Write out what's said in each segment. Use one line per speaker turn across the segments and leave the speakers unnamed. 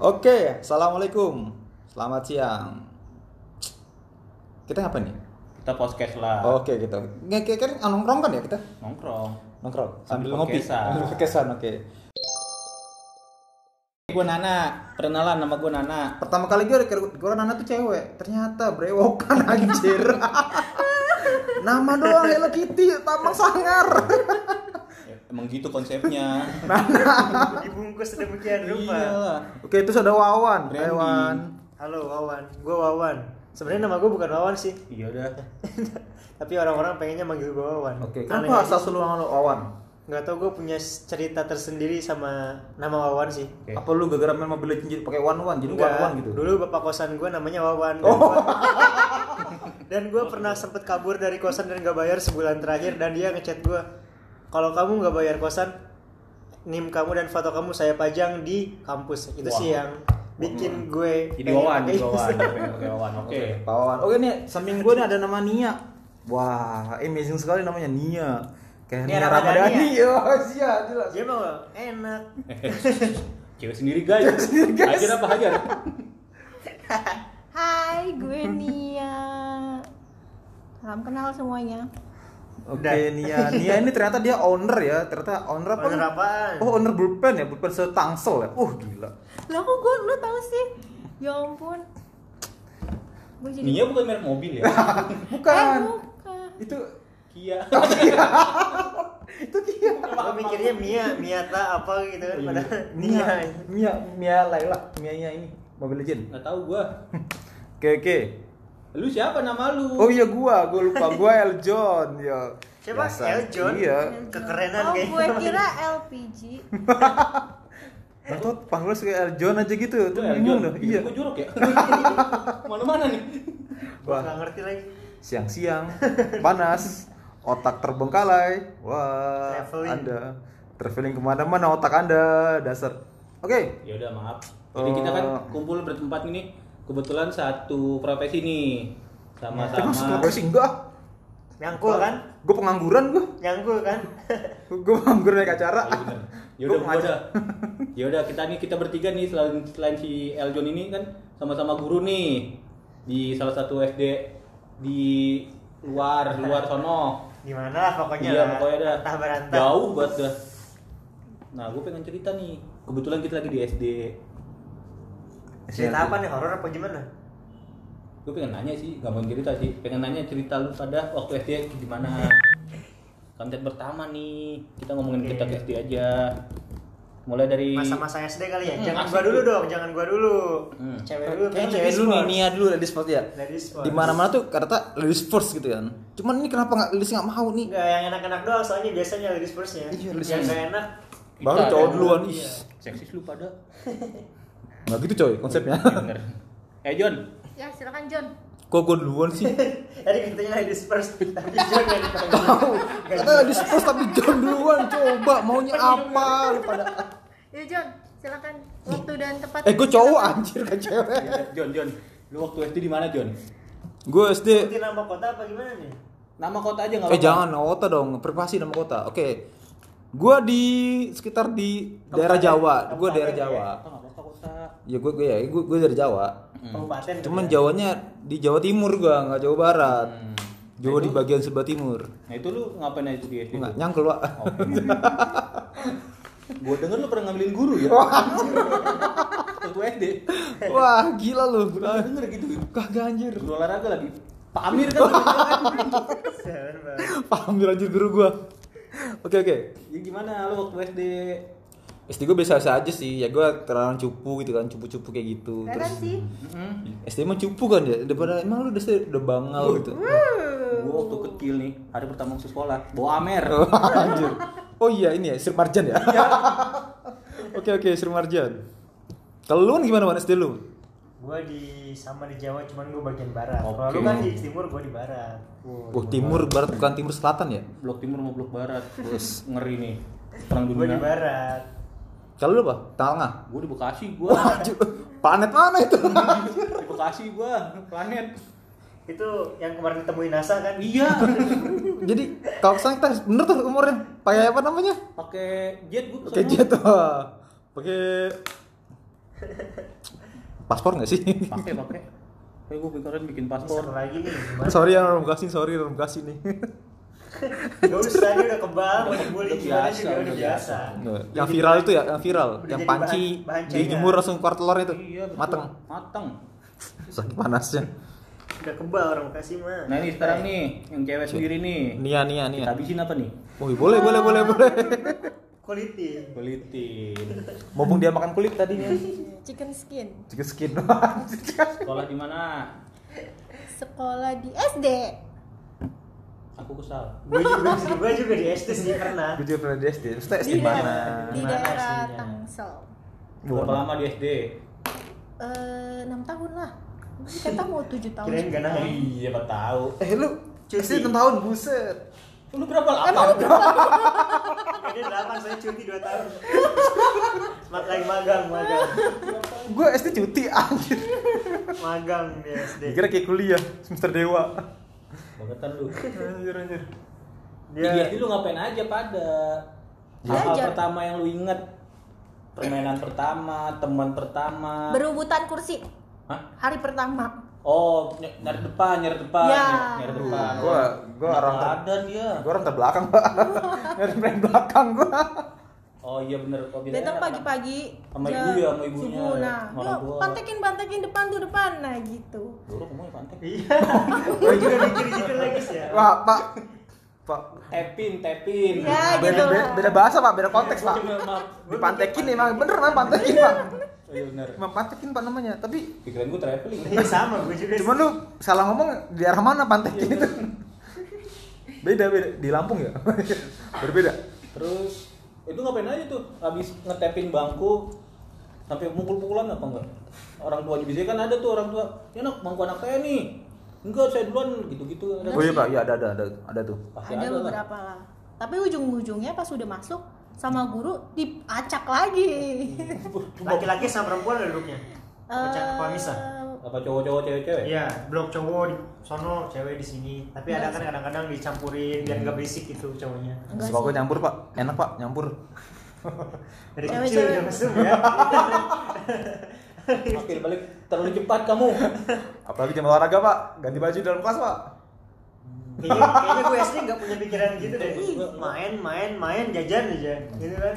Oke, assalamualaikum. Selamat siang. Kita apa nih?
Kita podcast lah.
Oke gitu. Nge- Kira kira nongkrong kan ya kita?
Nongkrong.
Nongkrong
Sambil
sambil ngopi.
podcastan.
Sambil podcastan, oke.
Gue Nana, perkenalan nama gue Nana.
Pertama kali gue gue Nana tuh cewek, ternyata brewokan anjir. Nama doang Hello Kitty, tamang sangar.
Emang gitu konsepnya.
dibungkus demikian
Iya.
rupa.
Iyalah.
Oke, itu ada Wawan,
Randy.
Wawan.
Halo Wawan, gue Wawan. Sebenarnya nama gue bukan Wawan sih,
Iya udah.
tapi orang-orang pengennya manggil gue Wawan.
Oke, kenapa asal selalu sama lu Wawan?
Gak tau gue punya cerita tersendiri sama nama Wawan sih.
Oke.
Apa lu gara-gara main Mobile Legends jadi pakai Wan Wan jadi Wan Wan gitu?
Dulu bapak kosan gue namanya Wawan. Dan
Oh.
gua- dan gue pernah sempet kabur dari kosan dan gak bayar sebulan terakhir dan dia ngechat gue, kalau kamu gak bayar kosan, nim kamu dan foto kamu saya pajang di kampus. Itu
Wah.
sih yang bikin gue
Jadi
pengen
Wawan,
pakai Iya.
jadi Wawan.
Instagram.
Oke, Wawan. Oke.
Pak Wawan. Oke nih, Oh, samping gue nih ada nama Nia. Wah, eh, amazing sekali namanya Nia. Kayak
Nia
Nia
Ramadhani
Ramadhani. Ya, iya, jelas.
Dia mau enak.
Cewek sendiri guys. Hajar apa hajar?
Hai, gue Nia. Salam kenal semuanya.
Oke, Nia. Nia ini ternyata dia owner ya. Ternyata owner apa?
Owner apaan?
Oh, owner Bullpen ya, Bullpen setangsel ya. Uh, gila.
Lah kok gue lu tahu sih? Ya ampun. Gue jadi
Nia bukan merek mobil ya.
Bukan.
Eh, bukan.
Itu
Kia.
itu dia.
Gue mikirnya Mia, Miata apa gitu kan pada
Nia, Nia, Mia Laila, Mia Nia ini Mobile Legends.
Enggak tahu gua.
Oke, oke.
Lu siapa nama lu?
Oh iya gua, gua lupa gua Eljon ya.
Coba
Biasa.
Eljon.
Iya.
Kekerenan
oh,
kayaknya.
gue kira LPG.
Nah, tuh panggil kayak Eljon aja gitu. Tuh
Gua
bingung
Eljon.
dah. Iya.
Gua jorok ya. Mana-mana nih.
Gue
Wah,
gak ngerti lagi.
siang-siang panas otak terbengkalai wah
Traveling.
anda traveling kemana-mana otak anda dasar oke
Ya udah, maaf. Jadi kita kan kumpul bertempat ini kebetulan satu profesi nih.
Emang
Sama-sama.
sekolah sih enggak
Nyangkul kan?
gue pengangguran gue
Nyangkul kan?
gue pengangguran naik acara
Oh, iya bener. Ya
Gua
udah, gua
ngajar.
udah. Ya udah, kita nih kita bertiga nih selain selain si Eljon ini kan sama-sama guru nih di salah satu SD di luar luar sono.
Gimana lah pokoknya
Iya,
lah.
pokoknya dah.
Bantah berantah.
Jauh banget dah. Nah, gue pengen cerita nih. Kebetulan kita lagi di SD.
Cerita apa nih? Horor apa gimana?
Gue pengen nanya sih, gak mau cerita sih. Pengen nanya cerita lu pada waktu SD gimana? Konten pertama nih, kita ngomongin
Oke.
kita ke SD aja. Mulai dari
Masa-masa SD kali ya?
Hmm,
Jangan
asik
gua dulu
tuh.
dong, jangan gua dulu.
Hmm.
Cewek dulu.
Kayaknya
kan
cewek
ladies
dulu nih
first.
Nia dulu ladies first ya
Ladies first.
di mana mana tuh kata ladies first gitu kan cuman ini kenapa nggak ladies nggak mau nih
Enggak, yang enak-enak doang soalnya biasanya ladies firstnya.
Iya, ladies
Yang
first.
gak enak.
kita
baru
ada-
cowok duluan
Iya. Seksis lu pada.
nggak gitu coy konsepnya
Bener. Eh John,
Ya, silakan John.
kok gue duluan sih
Tadi kitanya ladies first. Tapi John yang dipanggil.
kata ladies first tapi John duluan coba maunya apa lu pada
Ya John, silakan. Waktu dan tempat.
Eh gue cowok anjir kan cewek
John, John, Iya, lu waktu SD di mana John?
Gue SD
Sebutin nama kota apa gimana nih?
Nama kota aja nggak
Eh jangan nama kota dong Privasi nama kota Oke Gue di sekitar di daerah Jawa Gue daerah Jawa
Kota kota.
Ya gue gue ya gue gue dari Jawa
Kabupaten. tuh
Cuman
ya.
Jawanya di Jawa Timur gue nggak Jawa Barat Jawa di bagian sebelah timur
Nah itu lu ngapain aja di SD?
Nggak nyangkel pak
Gue denger lu pernah ngambilin guru ya. Waktu SD.
Wah gila lu
Gue denger gitu.
Kagak anjir
Guru olahraga lagi. Pak Amir kan.
Sabar, Bang.
Paham anjir guru gue Oke oke
ya gimana lu waktu SD?
SD gue biasa-biasa aja sih Ya gue terang cupu gitu kan Cupu-cupu kayak gitu
Keren sih.
Mm-mm.
SD emang cupu kan ya daripada emang lu udah udah bangal gitu
Gue waktu kecil nih, hari pertama masuk sekolah, bawa Amer.
anjir oh iya ini ya Sri Marjan ya
Iya.
oke oke Sri Marjan kalau lu kan gimana Wan SD lu
Gua di sama di Jawa cuman gua bagian barat.
Oke.
Kalau lu kan di timur, gua di barat.
oh timur barat bukan timur selatan ya
Blok timur sama blok barat. Terus ngeri nih. Perang
Gua di
dunia.
barat.
kalau lu apa tengah
Gue di Bekasi gue.
Anjir, planet mana itu
di Bekasi gua planet
Itu yang kemarin ditemuin NASA kan?
iya
jadi kalau kesana kita harus bener tuh umurnya pakai apa namanya
pakai jet gua
pakai jet wah. pakai Paspor nggak sih?
pakai pakai kayak gue kemarin bikin
Oh, Satu
paspor
lagi nih, gimana?
sorry ya orang Bekasi, sorry orang Bekasi nih.
Gak usah, dia udah kebal, mau dibully
Udah
gimana
biasa,
juga udah
udah
biasa.
Nggak, yang viral itu ya, yang viral,
Udah
yang
jadi
panci,
bahan- bahan cengen.
dijemur langsung keluar telur itu,
iya betul.
mateng,
mateng
saking panasnya.
Udah kebal orang Bekasi mah.
nah ini sekarang nih yang cewek Iya. sendiri nih
Nia, nia, nia.
kita habisin apa nih
Woi, boleh, boleh, boleh, boleh.
Quality.
kulitin
Mumpung dia makan kulit tadinya.
Chicken skin.
Juga skin.
sekolah di mana
Sekolah di SD.
aku kesal
Gue juga, gue juga di SD sih pernah.
Gue juga pernah di SD. Maksudnya SD
Di
mana?
daerah, di
Mana
daerah
aslinya?
Tangsel.
berapa lama di SD
Eh, 6 tahun lah. Mungkin Kita mau 7 tahun.
Kirain gak
oh,
naik.
iya gak tahu
Eh lu
Cuti.
pasti enam tahun buset.
lu berapa lama
Ini 8, saya cuti 2 tahun. Mat lagi magang, magang.
Gue SD cuti anjir.
Magang di SD.
Kira kayak kuliah semester dewa.
bangetan lu
Anjir anjir.
Iya.
Dia
lu ngapain aja pada hal
Belajar.
pertama yang lu inget permainan pertama teman pertama
Berebutan kursi.
Hah?
Hari pertama.
oh ny- nyari depan nyari depan
Ya.
ny- nyari depan
Iya. Gua gua
Kenapa
orang ter,
ada dia
gua orang terbelakang, Pak. Dari main belakang gua.
oh iya bener kok biasanya
Datang
anak-
pagi-pagi.
Sama
jam
ibu ya, sama ibunya
subuh.
ya,
Nah,
sama
yuk,
orang tua.
pantekin bantekin depan tuh depan. Nah, gitu.
Dulu ngomongnya pantek
Iya. Gue juga mikir gitu lagi sih ya.
Wah, Pak. Pak.
Tepin, tepin.
Ya, gitu
Beda,
lah.
beda, beda bahasa, Pak. Iya, Beda konteks,
iya.
Pak.
Cuma maaf.
Dipantekin emang bener emang pantekin, Pak.
Oh, iya bener.
Emang pantekin, Pak namanya. Tapi
Pikiran gue traveling.
Iya sama, gue juga.
cuman lu salah ngomong di arah mana pantekin itu. Beda, beda. Di Lampung ya? Berbeda.
Terus itu ngapain aja tuh? Habis ngetepin bangku sampai mukul-pukulan apa enggak? Orang tuanya biasanya kan ada tuh orang tua. Ya nak bangku anak saya nih. Enggak, saya duluan gitu-gitu. Ada
Oh iya, Pak. Iya, ada ada ada ada tuh.
pasti ada
ada
lah.
beberapa lah. Tapi ujung-ujungnya pas udah masuk sama guru diacak lagi.
Laki-laki sama perempuan ada duduknya. Macam
Eh,
pemisah.
Hmm. Apa ah? cowok-cowok cewek-cewek?
Iya, blok cowok di sono, cewek di sini. Tapi ada kan kadang-kadang dicampurin biar nggak berisik gitu cowoknya.
Enggak
Suka gua
sih.
nyampur, Pak. Enak, Pak. Nyampur.
Dari
Cewek-cewek.
kecil udah mesum ya.
Makin balik terlalu cepat kamu.
Apalagi jam olahraga, Pak. Ganti baju dalam kelas, Pak.
Kayaknya, kayaknya gue SD nggak punya pikiran gitu deh.
Ih.
Main, main, main, jajan aja, gitu kan.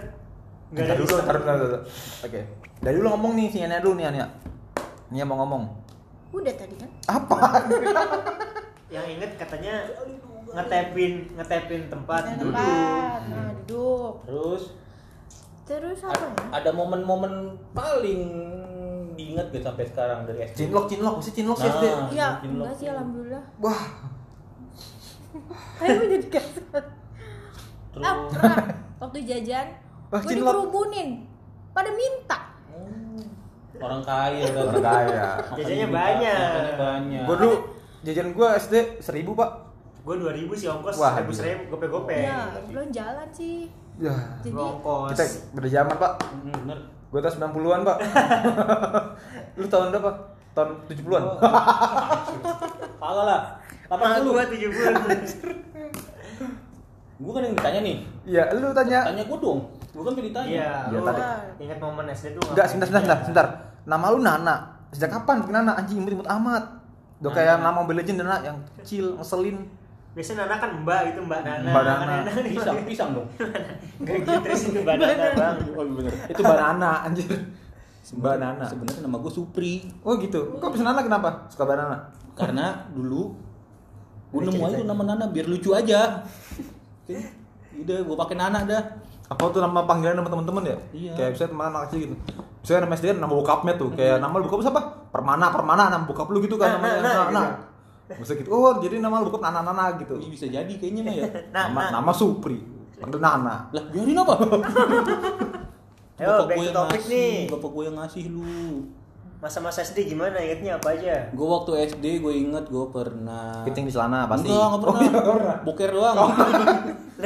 Nggak ada
Ntar dulu,
bisa.
ntar dulu, ntar dulu. Oke. Dari dulu ngomong nih, si Nia dulu nih, Nia. Nia mau ngomong.
Udah tadi kan?
Apa?
Yang inget katanya ngetepin, ngetepin
Ah,
tempat
Ada
dulu.
tempat. Nah, duduk.
Terus
Terus apa
a-
ya?
ada momen-momen paling diinget gak sampai sekarang dari SD?
Cinlok, cinlok. Mesti cinlok sih
Nah.
SD.
Iya,
mungkin lo-
enggak sih alhamdulillah.
Wah,
Kayak gue jadi kasar.
Terus
Ah, pernah waktu jajan
Wah,
gue
cinlok.
dikerubunin. Pada minta.
orang kaya udah
orang kaya.
Makan
Jajannya
duit,
banyak.
makannya banyak.
Gue dulu, jajan gue SD seribu, Pak.
Gue 2000 sih ongkos,
Wah,
seribu seribu gope-gope.
Iya,
Ya, belum jalan sih.
Ya.
Jadi
Gua ongkos.
Kita beda zaman, Pak.
Hmm, bener.
Gue tahun 90-an, Pak. Lu tahun berapa? Tahun 70-an?
Kagak lah.
Apa gue
80.
70
Gue kan yang ditanya nih.
Iya, lu tanya.
Tanya gue dong. Gue kan yang ditanya.
Iya,
Iya,
lu
tapi-
ingat momen SD tuh
Enggak, sebentar,
ngapain
sebentar, sebentar,
aja?
sebentar. Nama lu Nana. Sejak kapan bikin Nana? Anjing imut-imut amat. Udah kayak nama Mobile Legends Nana yang kecil, ngeselin.
Biasanya Nana kan Mbak gitu, Mbak Nana.
Mbak Nana.
Nana kan nih,
Pisang, pisang dong.
Gak gitu sih itu Mbak Nana, Bang.
Oh bener.
Itu banana anjir. banana.
Sebenarnya nama gue Supri.
Oh gitu. Kok bisa Nana kenapa? Suka banana.
Karena dulu gue
Ini
nemu aja
ceritain.
tuh nama Nana biar lucu aja. Oke. Udah gue pakai Nana dah.
Apa tuh nama panggilan sama teman-teman ya?
Iya.
Kayak bisa teman anak kecil gitu. Misalnya nama SD kan nama bokapnya tuh, kayak
Mm-hmm.
nama lu bokap siapa? Permana, Permana nama bokap lu gitu kan
Eh,
Nah,
namanya.
nah,
Nah,
nah,
nah. Maksudnya gitu. Oh, jadi nama lu bokap Nana Nana gitu.
Ini bisa jadi kayaknya mah ya.
Nah,
Nama
nah.
nama Supri. Panggil Nana.
Lah biarin apa?
Ayo, back
gua
to
yang
topic
ngasih,
nih.
Bapak gue yang ngasih lu.
Masa-masa SD gimana? Ingatnya apa aja?
Gue waktu SD gue inget gue pernah
Kencing di celana pasti.
Enggak, enggak pernah.
Oh, iya, nggak pernah.
Boker doang.
Oh, iya,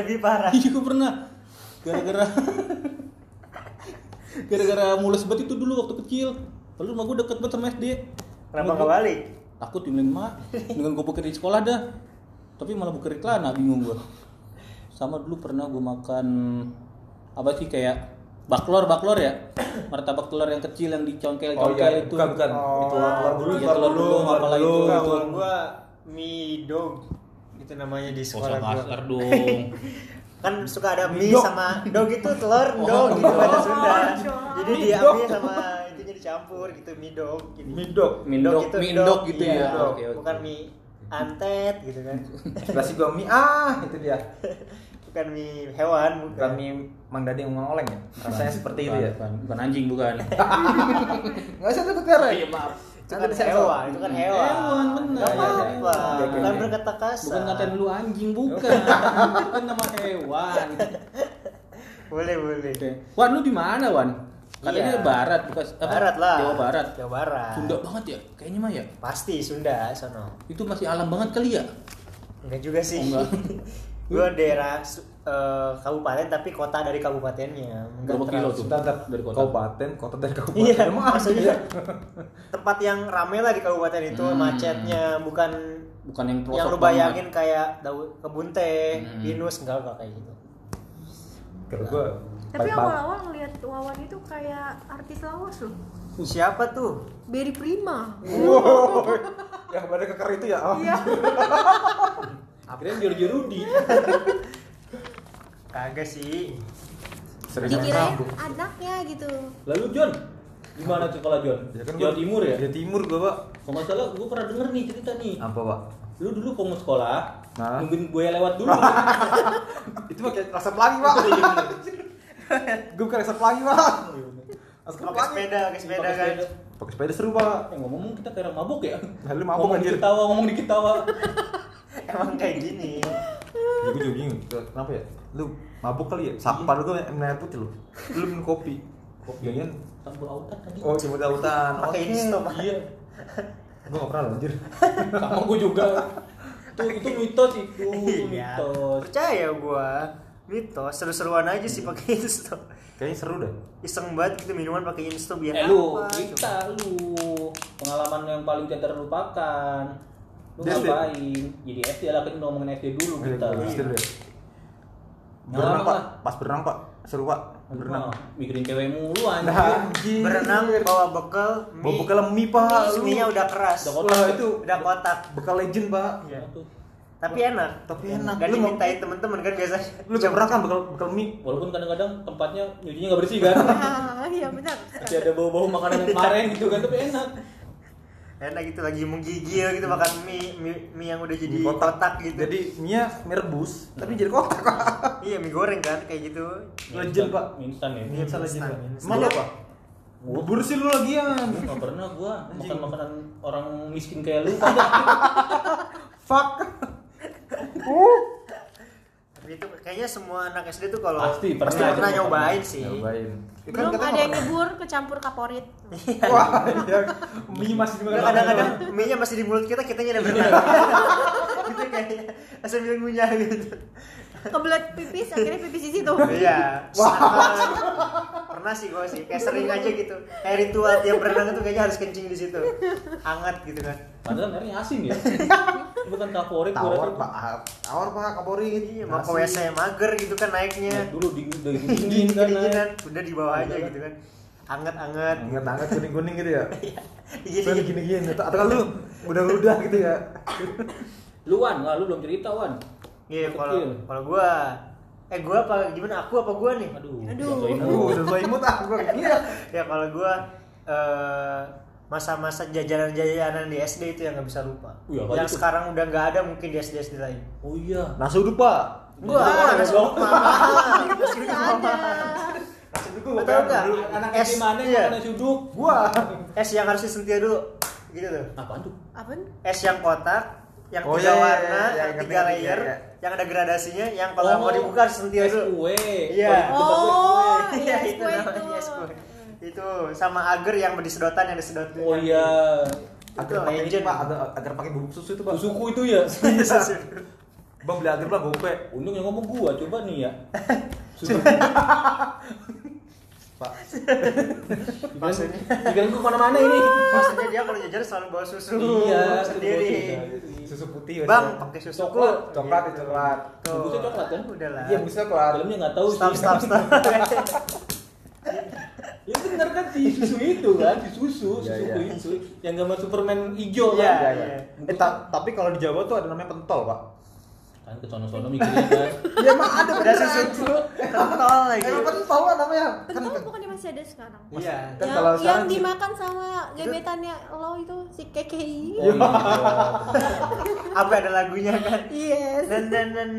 Lebih parah.
Iya, gue pernah. Gara-gara gara-gara mulus banget itu dulu waktu kecil. Lalu rumah gue deket banget sama SD.
Kenapa
Rumah
nggak
gua-
balik?
Takut dimilin mak. Dengan gue boker di sekolah dah. Tapi malah boker di celana, bingung gue. Sama dulu pernah gue makan apa sih kayak Baklor, baklor ya? Martabak telur yang kecil yang dicongkel-congkel itu.
bukan bukan
Oh.
itu telur dulu
Iya, telur dulu, apalah itu. kan
Enggak,
itu.
kalau gua mie dog itu namanya di
Gak usah
sekolah gua.
kasar Oh, dong.
Kan suka ada mie sama dog itu telur
Oh.
dog gitu bahasa Sunda. Jadi diambil sama itunya dicampur gitu mie dog gitu.
Midok.
Mindok,
itu
mindok
dog,
gitu
iya.
ya. Oke, oke.
Bukan mie antet gitu kan.
Nasi gua mie ah itu dia.
Bukan mie hewan, bukan.
bukan mie Mang Dadi yang ngomong oleng ya rasanya seperti itu ya
Bukan, bukan anjing bukan.
nggak usah takut karena
Iya, maaf.
Itu kan hewan, itu kan hewan.
Hewan, benar.
Gak apa-apa.
Oke, oke,
Bukan
oke.
berkata kasar.
Bukan ngatain lu anjing bukan. Itu kan nama hewan.
Boleh, boleh.
Oke. Wan lu di mana, Wan? Katanya
Iya.
barat, bukan apa?
Barat lah.
Jawa Barat.
Jawa Barat.
Sunda banget ya? Kayaknya mah ya.
Pasti Sunda sono.
Itu masih alam banget kali ya?
Enggak juga sih.
Oh, enggak.
Gua daerah su- eh, kabupaten tapi kota dari kabupatennya. Enggak
Berapa kilo
terlalu-
tuh?
Bentar, bentar.
Dari kota.
kabupaten kota dari kabupaten
Iya,
emang asli
maksudnya tempat yang rame lah di kabupaten itu
Hmm.
macetnya bukan
Bukan yang pelosok
yang lu
banget.
bayangin kayak daun kebun teh,
Hmm.
pinus enggak enggak kayak gitu.
Kata gua
Tapi
pagi-pagi.
awal-awal ngeliat Wawan itu kayak artis lawas loh.
Siapa tuh?
Berry Prima.
yang pada keker itu ya oh.
Iya.
Akhirnya Giorgio Rudi.
Kagak sih.
sering
Dikirain
mabuk.
anaknya gitu.
Lalu John, gimana sekolah John?
Ya kan
Jawa
gua-
Timur ya?
Jawa Timur gua pak
Kalau nggak salah, gue pernah denger nih cerita nih.
apa pak
Lu dulu kalau mau sekolah,
Nah.
nungguin gue lewat dulu. Gitu,
itu pakai rasa pelangi pak gua bukan rasa pelangi pak rasa
Pakai sepeda, pakai
gitu.
sepeda
Pakai
kan.
sepeda.
pakai sepeda seru pak
Yang ngomong kita kayak orang mabuk ya.
Lalu mabuk,
ngomong
anjir.
dikit tawa, ngomong dikit tawa.
Emang kayak gini.
ya, gua juga bingung kenapa ya lu mabuk kali ya sakpar gua minum air putih lu lu minum kopi kopi kan
Tambah autan tadi.
oh cuma dautan
Pakai
Oke.
Insta, Pak.
Iya.
gua nggak pernah loh anjir
Sama gue juga. Itu itu mitos itu,
Iya.
mitos.
Percaya gua. Mitos seru-seruan aja sih pakai Insta.
kayaknya seru dah
Iseng banget gitu minuman pakai Insta biar
Eh lu,
apa? coba.
kita lu pengalaman yang paling tidak terlupakan. Lu
Dia SD?
ngapain? Jadi SD lah kan udah ngomongin SD dulu
Iya,
kita.
gua seru deh.
Yang
berenang
lama
pak
lah.
pas berenang pak seru pak berenang
Berenang. Mikirin cewek mulu anjir.
Nah, anjir.
Berenang bawa bekal mie.
Bawa bekal mie, Pak.
Mie, mie-nya udah keras.
Udah kotak.
Wah itu
Udah kotak.
bekal legend pak.
Iya.
Tuh.
Tapi enak.
Tapi enak.
Dan
Lu mau-
dimintain temen-temen kan biasanya.
Lu gak pernah kan bekal bekal mie?
Walaupun kadang-kadang tempatnya nyucinya nggak bersih kan.
Ah, iya benar.
Masih ada bau-bau makanan yang kemarin gitu kan, tapi enak.
Enak gitu lagi menggigil gitu makan mie, mie, mie yang udah jadi
Mie
kotak. gitu.
Jadi mie nya mie rebus tapi jadi kotak pak.
iya mie goreng kan kayak gitu.
Legend pak.
Mie Instan ya.
Mie salah legend
instan,
pak.
instan.
Emang iya. lu apa? Bubur sih lu lagian.
Gua nggak pernah gua
Anjing.
makan makanan orang miskin kayak lu. kan? Pak.
Fuck.
Oh.
Tapi itu kayaknya semua anak SD tuh kalau
Pasti pernah
pasti
aja
pernah
makan.
nyobain sih.
Kan kita
Belum ada
nggak
yang nyebur kecampur kaporit.
pernah. Wah, iya. mie masih dimakan.
Nggak, Kadang-kadang mie-nya masih di mulut kita, kitanya udah berenang.
Iya.
gitu kayaknya. Asal bilang ngunyah gitu.
Kebelet pipis akhirnya pipis di situ.
Iya. Sangat. Pernah sih gue sih, kayak sering aja gitu. Kayak ritual tiap berenang itu kayaknya harus kencing di situ. Hangat gitu kan.
Padahal airnya asin ya. Bukan favorit gua
tawar
rasa itu.
pak, tawar pak kapolri.
Iya, mau ke WC mager gitu kan
Ya,
naiknya.
dulu dingin dingin
Dingin
kan. Iya. Nah.
kan, udah di bawah aja gitu kan. Hangat-hangat.
Ingat tangan kuning kuning gitu ya. Gini
Gini-gini.
gini gini. Atau kan lu udah udah gitu ya.
Lu Wan, wah, lu belum cerita Wan.
Iya,
Lu
kalau
kecil.
kalau gua eh gua apa gimana aku apa gua nih?
Aduh,
Aduh.
jatuhin lu.
Uh, udah sesuai mood ah gua Iya.
ya kalau gua eh, masa-masa jajanan-jajanan di SD itu yang nggak bisa lupa.
Wih, apa
yang
itu?
sekarang udah nggak ada mungkin di SD-SD lain.
Oh iya.
Nasi uduk pak.
Gua
Jajanan
ada
dong.
semua. Nasi uduk
Nggak ada.
Nasi uduk
Lu
gua
tahu
makan
nggak?
dulu.
Anak
Es,
SD mana yang
iya.
makan nasi uduk?
Gua.
Es yang harus disentil dulu, gitu tuh.
Apaan tuh?
Apaan?
Es yang kotak, yang
Oh, iya,
tiga
iya,
warna,
iya, iya,
yang tiga
ngerti,
layer,
iya, iya.
yang ada gradasinya, yang kalau mau dibuka harus
Oh,
sentil
es
dulu.
kue.
Iya.
Oh,
Iya,
iya,
itu
kue
namanya es
itu.
kue. Itu sama agar yang bersedotan yang disedot.
Oh iya.
Agar
Itu
pakai ini
legend.
pak, agar, agar pakai bubuk susu itu pak.
Susuku itu ya.
Bang beli agar pak gope.
Untung yang ngomong gua coba nih ya. Susu.
Pak.
Maksudnya-
Pikiran gua kemana mana ini.
Maksudnya dia kalau jajan selalu bawa susu
Iya,
sendiri.
Susu putih.
Bang,
biasanya.
pakai susu
Coklat.
ku.
Coklat,
Gitu.
coklat.
Tuh.
Nah.
Bungkusnya coklat, kan?
Udahlah.
Iya, busnya coklat.
Dalamnya enggak tahu
Stop,
sih.
stop, stop.
Ya bener kan si susu itu kan, si susu,
Iya,
susu
iya.
kulit susu yang gambar Superman hijau
Iya,
kan.
Iya,
iya.
Eh, ta- tapi kalau di Jawa tuh ada namanya pentol, Pak.
Kan
Iya.
ke sono-sono mikirin kan.
Ya emang ada
Udah
beneran.
susu kental lagi.
Emang Eh, pentol lah namanya. Kan
Pentol bukannya masih ada sekarang?
Iya.
Iya. Kan
yang,
kalau
yang
sekarang sih-
dimakan sama gebetannya lo itu si KKI.
Oh, iya.
Apa ada lagunya kan?
Yes.
Dan dan dan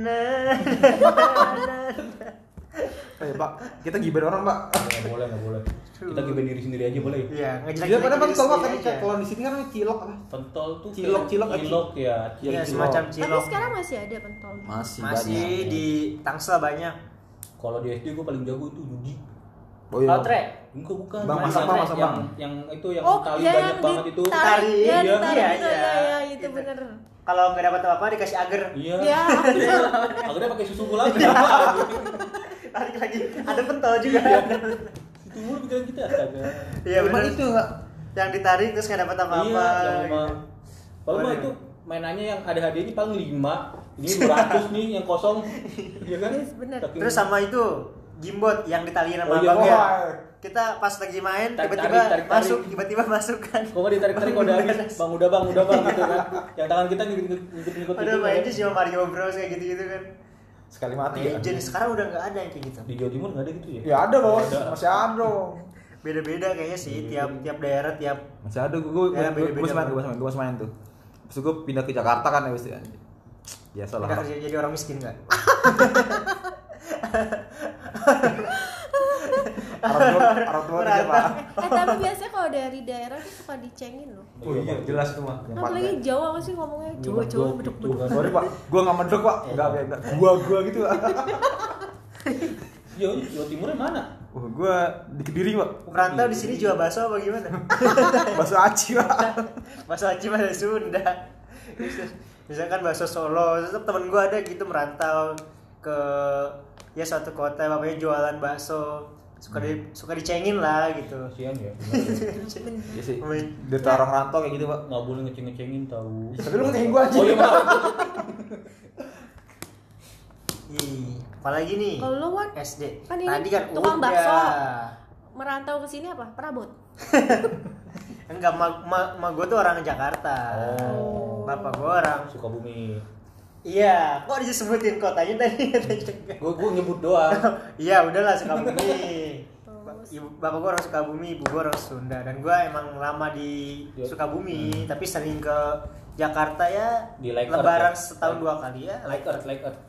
eh, Pak, kita gibah orang, Pak.
iya, Nggak boleh, nggak boleh. Kita gibah diri sendiri aja boleh. ya?
Iya, ngejelek.
Iya, padahal pentol mah kan kalau di sini kan namanya cilok apa?
Pentol tuh kayak
Cilok, cilok, eh,
cilok ya. Cilok.
Iya,
cilok.
semacam
Tapi
cilok.
sekarang masih ada pentol.
Masih,
Masih di Tangsel banyak.
Kalau di SD gue paling jago itu judi.
Oh, iya.
Enggak bukan.
Bang,
Yang-
masak, Bang,
yang-
masak,
yang,
Bang.
yang itu yang
oh,
tali
ya,
banyak
yang
banget itu.
ditarik,
Tali,
ya,
iya,
ditarik
iya,
itu,
iya.
ya, ya, itu bener.
Kalau nggak dapat apa-apa dikasih agar.
Iya.
Ya.
Iya. Akhirnya pakai susu gula.
Iya.
Itu Iya.
Tarik lagi. Ada pentol juga.
mulu pikiran kita. astaga.
Iya,
Emang
benar.
itu enggak
Yang ditarik terus nggak dapat apa-apa.
Iya, yang lima.
gitu.
Kalau mah
Boleh.
itu mainannya yang ada hadiahnya paling lima. Ini beratus nih yang kosong. Iya kan?
Yes, bener.
Saking-
Terus sama itu gimbot yang ditaliin sama
Oh iya,
abangnya.
wah.
Kita pas lagi main
Tarik,
tiba-tiba
tarik, tarik, tarik.
masuk, tiba-tiba masuk kan.
Kok nggak ditarik-tarik kalau udah habis, bang udah bang, udah bang gitu kan Yang tangan kita ngikut-ngikut gitu kan.
Udah mainnya cuma Mario Bros kayak gitu-gitu kan.
gitu. sekali mati. kan.
Jadi jadi sekarang udah nggak ada yang kayak gitu.
Di Jawa Timur nggak ada gitu ya?
Ya ada, Bos.
Ada.
Masih ada. dong.
Beda-beda kayaknya sih
Iya.
tiap tiap daerah tiap
Masih ada gue gue gue
Ya, beda-beda,
gue masih main
Bang.
gue masih main gue masih main tuh. Terus gue pindah ke Jakarta kan ya pasti. Biasa lah.
nggak kerja jadi orang miskin nggak?
Arab tua Arab tua kerja, Pak.
Eh, tapi biasanya kalau dari daerah tuh suka dicengin loh.
Oh iya, jelas itu mah. Yang
Apalagi
pantai.
Jawa pasti ngomongnya
Iya,
Jawa-Jawa beduk-beduk.
Sorry pak, gua nggak medok pak, nggak nggak, nggak, gua gua gitu. Pak.
Jawa, Iya, Jawa Timurnya mana?
Wah, gua di kediri pak,
Perantau di
Iya.
sini jual bakso apa gimana?
bakso aci pak.
bakso aci dari Sunda. Misalkan bakso Solo, tetap temen gue ada gitu merantau ke ya suatu kota bapaknya jualan bakso suka di,
Hmm.
suka dicengin lah gitu.
Kasian ya,
Bener.
Iya sih,
Wih.
dari orang rantau kayak gitu pak.
nggak boleh ngeceng-ngecengin tahu.
Tapi lu ngecengin gua aja.
Oh iya maaf.
Ih, apalagi nih?
Kalau lu, Wan?
SD.
Kan ini
Tadi kan
tukang
udah.
bakso. Merantau ke sini apa? Perabot.
Enggak, ma, ma, gue tuh orang Jakarta.
Oh.
Bapak gue orang.
Suka bumi.
Iya, kok disebutin kotanya tadi? Tadi.
Gue gue nyebut doang.
Iya udahlah Sukabumi.
Terus.
Ibu, bapak gua orang Sukabumi, ibu gua orang Sunda dan gua emang lama di Hmm.
Ya.
Sukabumi tapi sering ke Jakarta ya
Di Lakers,
lebaran
ya.
setahun dua kali ya
Like earth, like earth.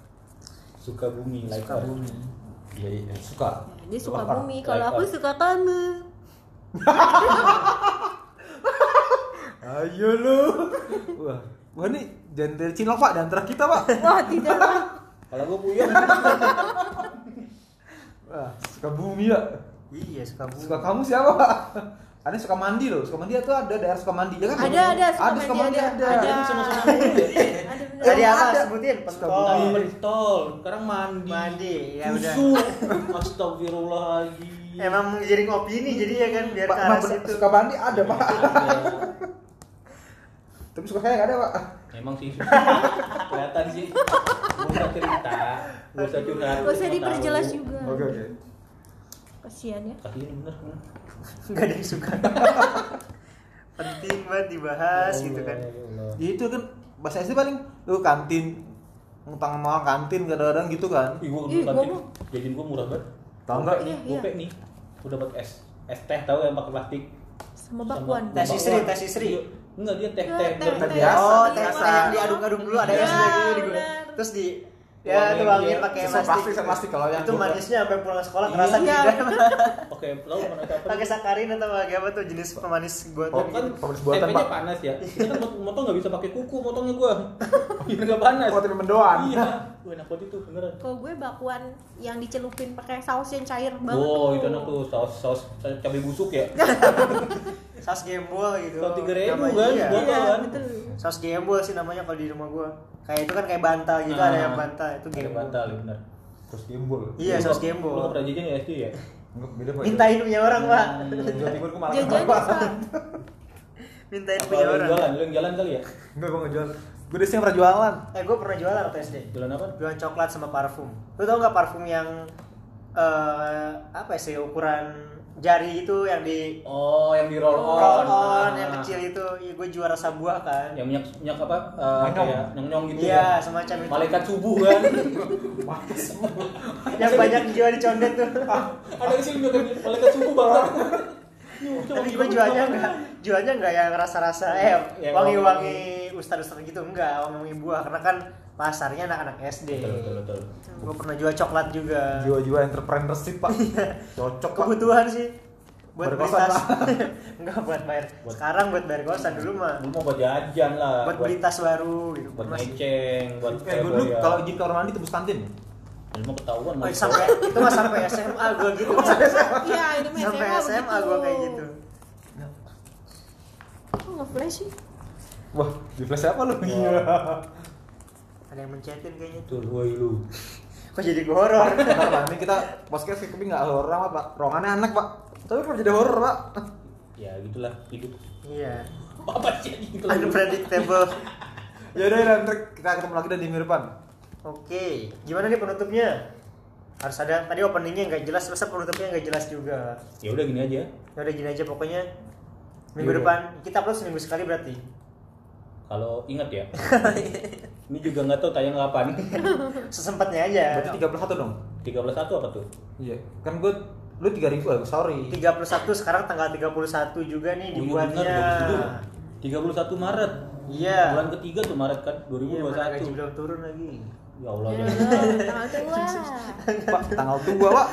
Suka bumi, like earth.
Sukabumi.
Iya iya suka.
Ya, Dia suka
Pak.
bumi, kalau
Baik,
aku
Pak.
suka kamu.
Ayo lu. Wah, wah nih jangan dari Cina pak, dan antara kita pak.
Wah, tidak lah.
Kalau gue puyeng.
Wah, suka bumi pak.
Iya Sukabumi.
Suka kamu siapa pak? Ada yang suka mandi loh, suka mandi itu ada daerah suka mandi ya kan?
Ada, ada, suka
ada suka
mandi,
mandi
ada.
ada.
Ada.
Sama-sama bumi.
Ada bener.
Tadi
Emang
apa
ada.
sebutin?
Tadi
Pentol.
pentol, sekarang mandi.
Oh. Mandi, ya udah.
Susu. Astagfirullahaladzim.
Emang menggiring opini jadi ya kan biar
Pak,
ke
emang
arah
bener-
situ.
suka mandi ada pak,
Ada.
tapi suka saya nggak ada pak.
Emang sih susah. kelihatan sih. Gak usah cerita, gak usah curhat.
Gak usah
Gua
diperjelas
tahu.
juga.
Oke oke.
Kasian ya.
Kasihan bener.
Enggak ada yang suka. Penting banget dibahas gitu kan.
Ya Allah.
Ya itu kan bahasa SD paling lu kantin ngutang sama orang kantin kadang-kadang gitu kan.
Ih, gua dulu
Ih, gua
kantin
mah-
jajan gua murah banget.
Tahu nggak?
Gope nih,
Iya,
gope nih. Udah dapat es, es teh tahu yang pakai plastik.
Sama
Sama
bakwan.
Tes istri,
bakwan.
tes istri.
Iya. Enggak dia teh teh.
Teh,
teh.
biasa.
Oh,
Biasa.
teh teh yang diaduk-aduk dulu ada
Iya,
esnya gitu di gula.
benar.
Terus di ya
Tuangin
tuangin
dia.
pakai
Sisa
plastik.
plastik, sisa plastik. Kalau yang
itu
gua-
manisnya sampai pulang sekolah kerasa
Iya.
tidak.
Oke, tahu mana apa?
pakai sakarin atau pakai apa tuh jenis pemanis gua tuh.
Oh, kan
Pemanis buatan,
tempenya
Pak.
panas ya. Kita kan mot- motong nggak bisa pakai kuku motongnya gua. Biar nggak panas.
Kalau temen doang.
Iya. Gua enak banget itu beneran.
Kalau gue bakwan yang dicelupin pakai saus yang cair banget
Wow, Oh, itu
tuh.
enak tuh saus saus cabai busuk ya.
Saus gembol gitu.
Saus 3.000
Namanya,
kan,
iya.
buat-
Iya,
Bakwan.
betul.
Saus gembol sih namanya kalau di rumah gua. Kayak itu kan kayak bantal gitu ada yang bantal itu
Ada
gembol.
bantal, ya, benar.
Terus timbul.
Iya,
Lu
saus
nggak-
gembol.
Lu nggak pernah jajan ya SD ya?
Enggak beda pak.
Mintain punya orang, Pak.
Jawa Timur gue malah
Jajan
kenapa?
Mintain
Apa lu
punya
yang
orang.
jalan? Lu yang jalan kali ya?
Enggak gue nggak jualan. Gue di sini pernah jualan.
Eh, gua pernah jualan waktu SD.
Jalan apa?
Jualan coklat sama parfum. Lu tau nggak parfum yang eh, apa sih ukuran jari itu yang di
Oh, yang di roll on.
roll on Nah.
Ah.
yang kecil itu, ya, gue juara sabuah kan.
Yang minyak minyak apa? eh,
Nyong.
kayak nyong-nyong gitu
Iya,
ya.
semacam itu.
Malaikat subuh kan.
Yang banyak jual di condet tuh.
Ah, Ada di sini juga kayak malaikat subuh banget. gitu
Tapi gue jualnya enggak, jualnya enggak yang rasa-rasa eh
Yang
wangi-wangi ustad-ustad gitu enggak, wangi-wangi buah karena kan pasarnya anak-anak SD.
Betul, betul, betul.
Gue pernah jual coklat juga.
Jiwa-jiwa entrepreneurship pak. Cocok pak.
Kebutuhan sih buat
Bayar
beli
kosan
tas.
lah.
Enggak buat bayar.
Buat-
Sekarang buat bayar kosan dulu mah.
Lu mau buat jajan lah.
Buat beli tas baru gitu.
buat
Masih-
ngeceng, buat ya.
Kayak gue Eh, dulu kalau izin kamar mandi tembus kantin.
Lu mau ketahuan
Oh,
mau
sampai itu mah sampai SMA gue gitu.
Iya, ini mah
sampai
SMA
SMA gue kayak gitu.
Ya.
Kok nggak flash sih?
Wah, di flash apa lu?
Iya.
Ada yang mencetin kayaknya tuh.
Betul, woi lu.
Kok jadi gue horor?
Bentar pak, ini kita podcast tapi nggak horor amat pak. Ruangannya anak pak. Tapi kenapa jadi horor pak?
Ya gitulah hidup.
Iya.
Apa sih gitu lah.
Unpredictable.
Ya udah, udah, ntar kita ketemu lagi dan di minggu depan.
Oke, gimana nih penutupnya? Harus ada. Tadi openingnya nggak jelas, masa penutupnya nggak jelas juga.
Ya udah gini aja.
Ya udah gini aja pokoknya. Minggu
Iya.
depan kita upload seminggu sekali berarti.
Kalau ingat ya. Ini juga nggak tahu tayang kapan.
Sesempatnya aja.
Berarti 31 dong.
13.1 apa tuh?
Iya. Kan gue lu tiga ribu aku sorry.
31 sekarang tanggal 31 juga nih dibuatnya.
Tiga puluh satu Maret.
Iya.
Bulan ketiga tuh Maret kan,
Iya, mana gaji
2021.
belum turun lagi.
Ya Allah.
Ya,
jangan.
tanggal tua.
Pak tanggal tua pak.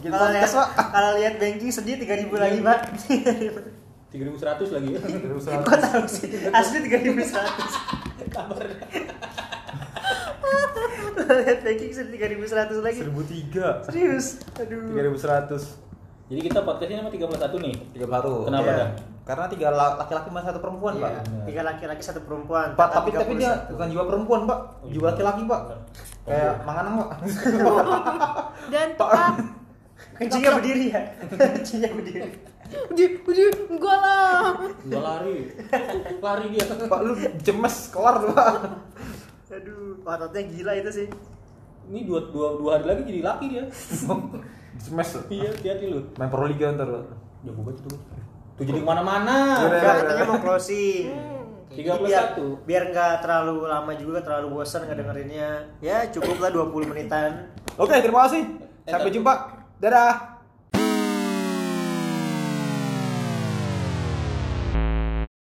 Bikin
Kalau lihat
podcast pak. Iya,
kalau lihat banking sedih 3000 lagi, Pak.
3100 lagi.
Kok tahu sih? Asli 3100.
Kabar.
Kalau lihat banking sedih 3100 lagi.
Seribu tiga.
Serius.
Tiga
Aduh.
ribu seratus.
Jadi kita podcastnya nama 31 nih.
Tiga baru.
Kenapa
Iya.
dah?
Karena tiga la- laki-laki masih satu perempuan
Iya,
pak.
tiga laki-laki satu perempuan.
Pak,
Total
tapi tapi dia
31.
bukan jiwa perempuan pak,
Oh,
jiwa
iya.
laki-laki pak. Kayak manganang pak.
Dan ah, pak,
kencingnya berdiri ya. kencingnya berdiri.
di, di, gua lah.
Gua lari. Lari dia.
pak lu jemes kelar tuh pak.
Aduh, ototnya gila itu sih.
Ini dua, dua, dua hari lagi jadi laki dia.
jemes. tuh.
Iya, hati-hati lu.
Main Proliga ntar pak.
Ya gua baca tuh. Tuh jadi kemana-mana.
Yaudah.
Enggak katanya mau closing.
Hmm.
Jadi biar,
31.
biar nggak terlalu lama juga terlalu bosan ngedengerinnya ya cukup lah 20 menitan
Oke terima kasih. Sampai jumpa. Dadah.